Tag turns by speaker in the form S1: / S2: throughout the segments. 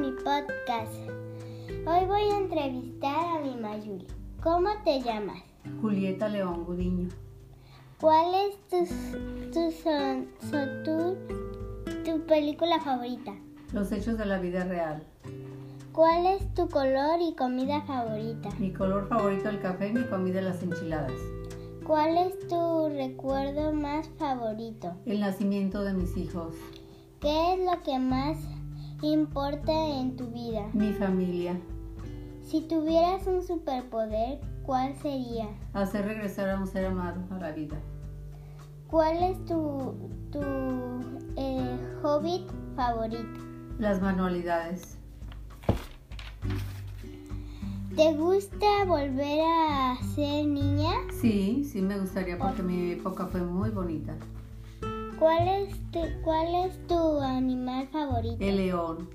S1: podcast. Hoy voy a entrevistar a mi Mayuli. ¿Cómo te llamas?
S2: Julieta León Gudiño.
S1: ¿Cuál es tu, tu, son- so- tu- tu película favorita?
S2: Los hechos de la vida real.
S1: ¿Cuál es tu color y comida favorita?
S2: Mi color favorito el café, mi comida las enchiladas.
S1: ¿Cuál es tu recuerdo más favorito?
S2: El nacimiento de mis hijos,
S1: ¿Qué es lo que más importa en tu vida?
S2: mi familia,
S1: Si tuvieras un superpoder, ¿cuál sería?
S2: hacer regresar a un ser amado a la vida.
S1: ¿Cuál es tu, tu eh, hobbit favorito?
S2: Las manualidades.
S1: ¿Te gusta volver a ser niña?
S2: Sí, sí me gustaría porque mi época fue muy bonita.
S1: ¿Cuál es tu, cuál es tu animal favorito?
S2: El león,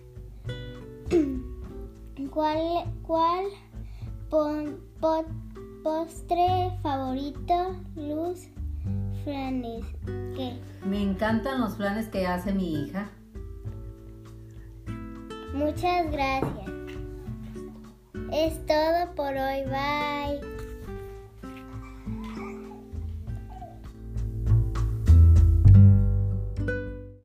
S1: ¿Cuál, cuál pon- pot- postre favorito? Luz Franes. ¿Qué?
S2: me encantan los planes que hace mi hija.
S1: Muchas gracias. Es todo por hoy. Bye.